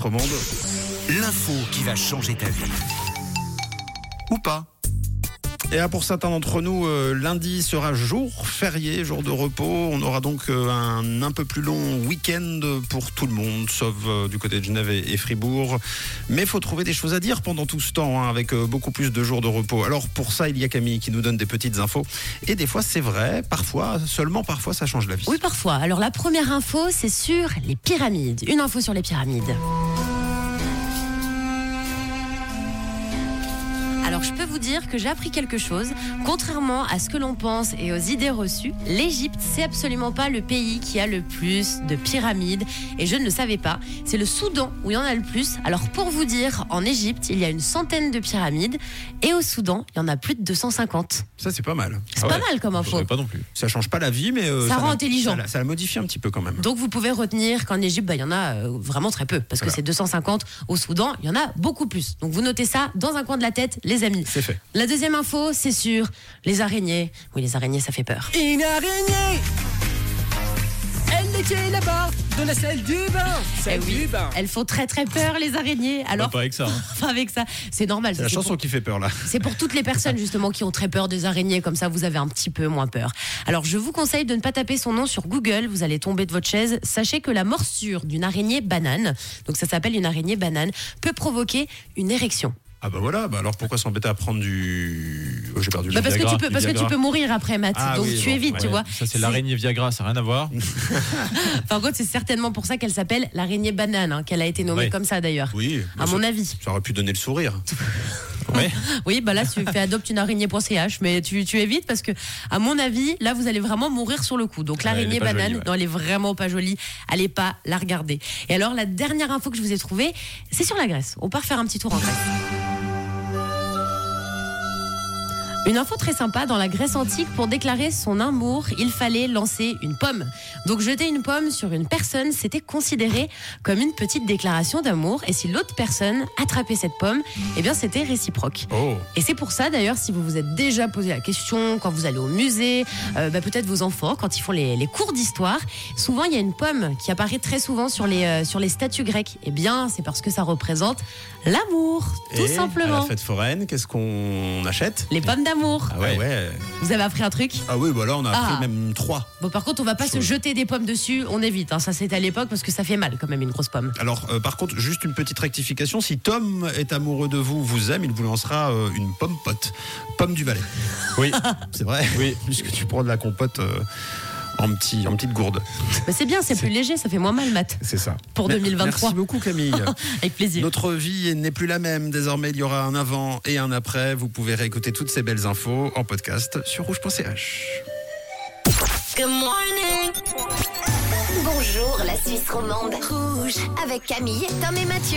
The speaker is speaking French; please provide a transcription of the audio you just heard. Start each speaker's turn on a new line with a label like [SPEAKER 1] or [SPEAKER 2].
[SPEAKER 1] notre monde.
[SPEAKER 2] L'info qui va changer ta vie. Ou pas.
[SPEAKER 1] Et là, pour certains d'entre nous, euh, lundi sera jour férié, jour de repos. On aura donc euh, un un peu plus long week-end pour tout le monde, sauf euh, du côté de Genève et, et Fribourg. Mais faut trouver des choses à dire pendant tout ce temps, hein, avec euh, beaucoup plus de jours de repos. Alors pour ça, il y a Camille qui nous donne des petites infos. Et des fois, c'est vrai, parfois, seulement parfois, ça change la vie.
[SPEAKER 3] Oui, parfois. Alors la première info, c'est sur les pyramides. Une info sur les pyramides. Alors je peux vous dire que j'ai appris quelque chose. Contrairement à ce que l'on pense et aux idées reçues, l'Égypte, c'est absolument pas le pays qui a le plus de pyramides. Et je ne le savais pas. C'est le Soudan où il y en a le plus. Alors pour vous dire, en Égypte, il y a une centaine de pyramides. Et au Soudan, il y en a plus de 250.
[SPEAKER 1] Ça, c'est pas mal. Ah
[SPEAKER 3] C'est pas mal comme info.
[SPEAKER 4] pas non plus.
[SPEAKER 1] Ça change pas la vie, mais euh,
[SPEAKER 3] Ça rend
[SPEAKER 1] la-
[SPEAKER 3] intelligent.
[SPEAKER 1] Ça, la- ça la modifie un petit peu quand même.
[SPEAKER 3] Donc vous pouvez retenir qu'en Égypte, bah, il y en a euh, vraiment très peu, parce que
[SPEAKER 1] Voilà.
[SPEAKER 3] c'est 250. Au Soudan, il y en a beaucoup plus. Donc vous notez ça dans un coin de la tête, les amis.
[SPEAKER 1] C'est fait.
[SPEAKER 3] La deuxième info, c'est sur les araignées. Oui, les araignées, ça fait peur.
[SPEAKER 5] Une araignée Elle était là-bas, dans la salle du bain
[SPEAKER 3] Eh
[SPEAKER 5] Salle
[SPEAKER 3] oui.
[SPEAKER 5] du bain
[SPEAKER 3] Elles font très très peur, les araignées. Alors,
[SPEAKER 4] Pas avec ça. hein.
[SPEAKER 3] pas avec ça, c'est normal.
[SPEAKER 1] C'est la
[SPEAKER 3] c'est
[SPEAKER 1] chanson qui fait peur là.
[SPEAKER 3] C'est pour toutes les personnes justement qui ont très peur des araignées, comme ça vous avez un petit peu moins peur. Alors je vous conseille de ne pas taper son nom sur Google, vous allez tomber de votre chaise. Sachez que la morsure d'une araignée banane, donc ça s'appelle une araignée banane, peut provoquer une érection.
[SPEAKER 1] Ah bah voilà, bah alors pourquoi s'embêter à prendre du... Oh, j'ai perdu le
[SPEAKER 3] Bah, parce que tu
[SPEAKER 4] Viagra,
[SPEAKER 3] peux,
[SPEAKER 4] du
[SPEAKER 3] parce que tu
[SPEAKER 4] Viagra.
[SPEAKER 3] peux mourir après, Matt.
[SPEAKER 1] Ah
[SPEAKER 3] donc
[SPEAKER 1] oui,
[SPEAKER 3] tu
[SPEAKER 1] bon,
[SPEAKER 3] évites, tu
[SPEAKER 4] Ouais,
[SPEAKER 3] vois.
[SPEAKER 4] Ça, c'est l'araignée Viagra, ça n'a rien à voir.
[SPEAKER 3] Par contre, c'est certainement pour ça qu'elle s'appelle l'araignée banane, hein, qu'elle a été nommée
[SPEAKER 4] Oui.
[SPEAKER 3] comme ça d'ailleurs.
[SPEAKER 1] Oui,
[SPEAKER 3] À
[SPEAKER 1] bah,
[SPEAKER 3] mon
[SPEAKER 1] ça-
[SPEAKER 3] avis.
[SPEAKER 1] Ça aurait pu donner le sourire.
[SPEAKER 4] Ouais.
[SPEAKER 3] Oui, bah là, tu fais adopte une araignée.ch, mais tu, tu évites parce que, à mon avis, là, vous allez vraiment mourir sur le coup. Donc,
[SPEAKER 4] Ouais, elle est
[SPEAKER 3] l'araignée
[SPEAKER 4] pas
[SPEAKER 3] banane,
[SPEAKER 4] jolie, ouais.
[SPEAKER 3] non, elle est vraiment pas jolie. Allez pas la regarder. Et alors, la dernière info que je vous ai trouvée, c'est sur la Grèce. On part faire un petit tour en Grèce. Une info très sympa, dans la Grèce antique, pour déclarer son amour, il fallait lancer une pomme. Donc jeter une pomme sur une personne, c'était considéré comme une petite déclaration d'amour, et si l'autre personne attrapait cette pomme, eh bien c'était réciproque.
[SPEAKER 1] Oh
[SPEAKER 3] Et c'est pour ça d'ailleurs, si vous vous êtes déjà posé la question, quand vous allez au musée, euh, bah, peut-être vos enfants, quand ils font les, les cours d'histoire, souvent il y a une pomme qui apparaît très souvent sur les, euh, sur les statues grecques. Eh bien, c'est parce que ça représente l'amour, tout
[SPEAKER 1] Et À
[SPEAKER 3] simplement.
[SPEAKER 1] la fête foraine, qu'est-ce qu'on achète
[SPEAKER 3] Les pommes d'amour.
[SPEAKER 1] Ah ouais. Ah,
[SPEAKER 3] Vous avez appris un truc
[SPEAKER 1] oui, bah là on a
[SPEAKER 3] Ah.
[SPEAKER 1] appris même trois.
[SPEAKER 3] Bon, par contre, on va pas se
[SPEAKER 1] Chaud.
[SPEAKER 3] jeter des pommes dessus, on évite. hein. Ça, c'était à l'époque parce que ça fait mal quand même une grosse pomme.
[SPEAKER 1] Alors euh, par contre, juste une petite rectification, si Tom est amoureux de vous, vous aime, il vous lancera euh, une pomme pote. Pomme du Valais.
[SPEAKER 4] Oui.
[SPEAKER 1] C'est vrai
[SPEAKER 4] Oui.
[SPEAKER 1] Puisque tu prends de la compote euh, en, petit, en petite gourde.
[SPEAKER 3] Mais c'est bien, c'est plus léger, ça fait moins mal, Matt,
[SPEAKER 1] C'est ça.
[SPEAKER 3] pour
[SPEAKER 1] Mer-
[SPEAKER 3] 2023.
[SPEAKER 1] Merci beaucoup Camille.
[SPEAKER 3] Avec plaisir.
[SPEAKER 1] Notre vie n'est plus la même. Désormais, il y aura un avant et un après. Vous pouvez réécouter toutes ces belles infos en podcast sur rouge.ch.
[SPEAKER 6] Bonjour la Suisse romande. Rouge. Avec Camille, Tom et Mathieu.